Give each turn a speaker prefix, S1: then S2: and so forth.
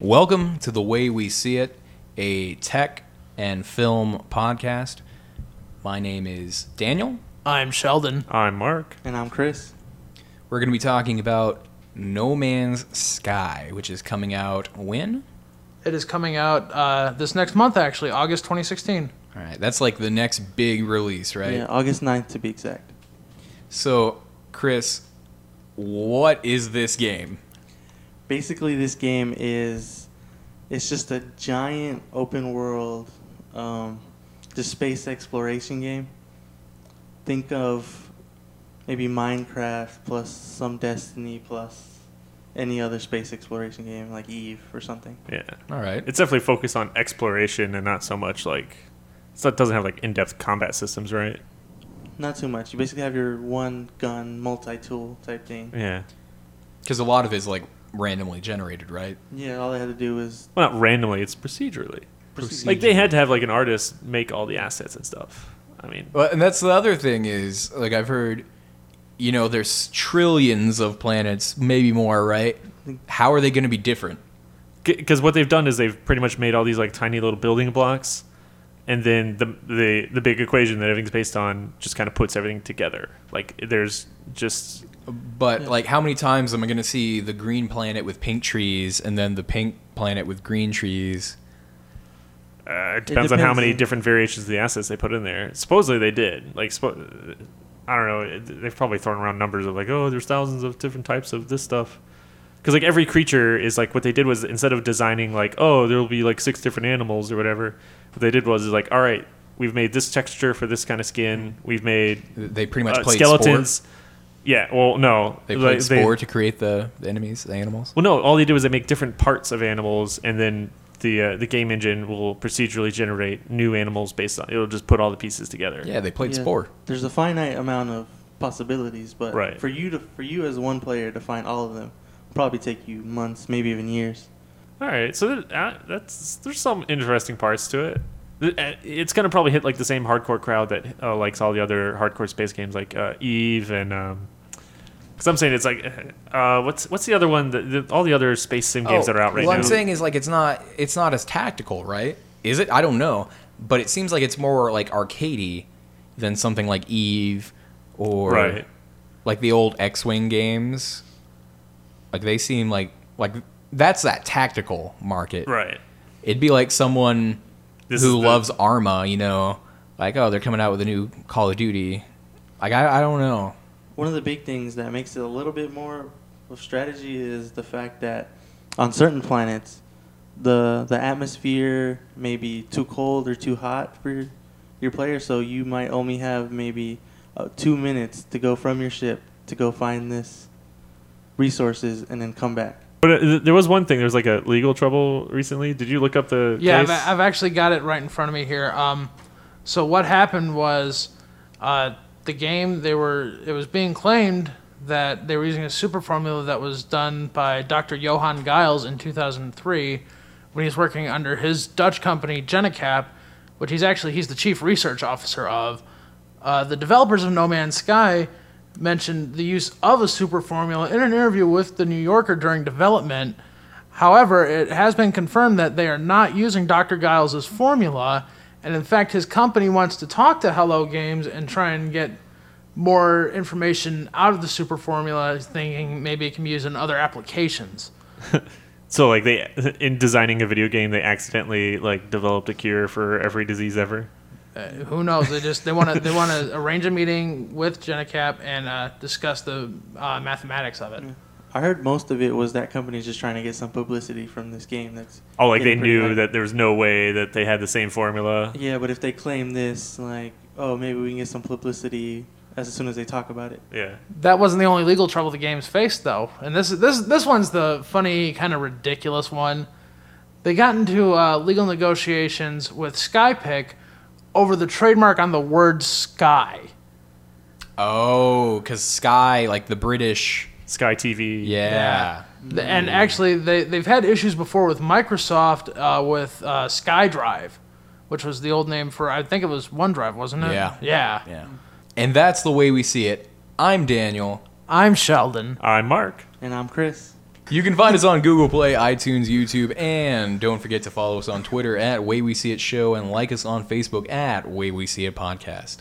S1: Welcome to The Way We See It, a tech and film podcast. My name is Daniel.
S2: I'm Sheldon.
S3: I'm Ah, Mark.
S4: And I'm Chris.
S1: We're going to be talking about No Man's Sky, which is coming out when?
S2: It is coming out uh, this next month, actually, August 2016.
S1: All right, that's like the next big release, right?
S4: Yeah, August 9th to be exact.
S1: So, Chris, what is this game?
S4: Basically, this game is it's just a giant open world, um, just space exploration game. Think of maybe Minecraft plus some Destiny plus any other space exploration game like Eve or something.
S3: Yeah.
S1: All right.
S3: It's definitely focused on exploration and not so much like it's not, doesn't have like in-depth combat systems, right?
S4: Not too much. You basically have your one gun, multi tool type thing.
S3: Yeah.
S1: Because a lot of it is like randomly generated, right?
S4: Yeah, all they had to do was
S3: Well, not randomly, it's procedurally.
S4: proceed.
S3: Like they had to have like an artist make all the assets and stuff. I mean,
S1: Well, and that's the other thing is like I've heard, you know, there's trillions of planets, maybe more, right? How are they going to be different?
S3: because what they've done is they've pretty much made all these like tiny little building blocks and then the the the big equation that everything's based on just kind of puts everything together. Like there's just
S1: But like, how many times am I going to see the green planet with pink trees and then the pink planet with green trees?
S3: Uh, it depends on how
S4: depends
S3: many
S4: on-
S3: different variations of the assets they put in there. Supposedly they did. Like, suppo- I don't know. it- They've probably thrown around numbers of like, oh, there's thousands of different types of this stuff. Because like every creature is like what they did was instead of designing like, oh, there will be like six different animals or whatever, what they did was is like, all right, we've made this texture for this kind of skin. We've made
S1: They pretty much
S3: uh,
S1: played
S3: skeletons.
S1: Spore.
S3: Yeah. Well, no.
S1: They
S3: like,
S1: played spore to create the, the enemies, the animals.
S3: well, no. All they do is they make different parts of animals, and then the uh, the game engine will procedurally generate new animals based on. It'll just put all the pieces together.
S1: Yeah, they played
S4: Yeah,
S1: spore.
S4: There's a finite amount of possibilities, but
S3: Right.
S4: for you to for you as one player to find all of them will probably take you months, maybe even years.
S3: All right. So that, uh, that's there's some interesting parts to it. Th- uh, It's gonna probably hit like the same hardcore crowd that uh, likes all the other hardcore space games like uh, Eve and. Um, because I'm saying it's like, uh, what's what's the other one? The, the, all the other space sim games that are out right
S1: what
S3: now.
S1: Oh, I'm saying is like it's not it's not as tactical, right? Is it? I don't know, but it seems like it's more like arcadey than something like Eve or
S3: Right.
S1: like the old X-wing games. Like they seem like like that's that tactical market.
S3: right.
S1: It'd be like someone
S3: This
S1: who
S3: is the-
S1: loves Arma, you know, like oh they're coming out with a new Call of Duty. Like I, I don't know.
S4: One of the big things that makes it a little bit more of strategy is the fact that on certain planets, the the atmosphere may be too cold or too hot for your player, so you might only have maybe uh, two minutes to go from your ship to go find this resources and then come back.
S3: But uh, th- there was one thing. There was like a legal trouble recently. Did you look up the?
S2: Yeah,
S3: case?
S2: I've, I've actually got it right in front of me here. Um, so what happened was, uh, the game they were it was being claimed that they were using a super formula that was done by Dr. Johann Giles in 2003, when he was working under his Dutch company Genacap, which he's actually he's the chief research officer of. Uh, the developers of No Man's Sky mentioned the use of a super formula in an interview with the New Yorker during development. However, it has been confirmed that they are not using Dr. Giles' formula, and in fact, his company wants to talk to Hello Games and try and get more information out of the super formula, thinking maybe it can be used in other applications.
S3: So like they in designing a video game, they accidentally like developed a cure for every disease ever.
S2: Who knows? They just they want to they want to arrange a meeting with Genacap and uh, discuss the uh, mathematics of it.
S4: I heard most of it was that company's just trying to get some publicity from this game. That's
S3: Oh, like they
S4: getting pretty
S3: knew
S4: hype.
S3: that there was no way that they had the same formula.
S4: Yeah, but if they claim this, like, oh, maybe we can get some publicity as soon as they talk about it.
S3: Yeah.
S2: That wasn't the only legal trouble the game's faced, though. And this this this one's the funny, kind of ridiculous one. They got into uh, legal negotiations with Skypick over the trademark on the word sky.
S1: Oh, because Sky, like the British,
S3: Sky TV.
S1: yeah.
S2: Th- And actually, they, they've had issues before with Microsoft uh, with uh, SkyDrive, which was the old name for, I think it was OneDrive, wasn't it?
S1: Yeah.
S2: Yeah.
S1: Yeah. And that's the way we see it. I'm Daniel.
S2: I'm Sheldon.
S3: I'm Mark.
S4: And I'm Chris.
S1: You can find us on Google Play, iTunes, YouTube, and don't forget to follow us on Twitter at Way We See It Show and like us on Facebook at Way We See It Podcast.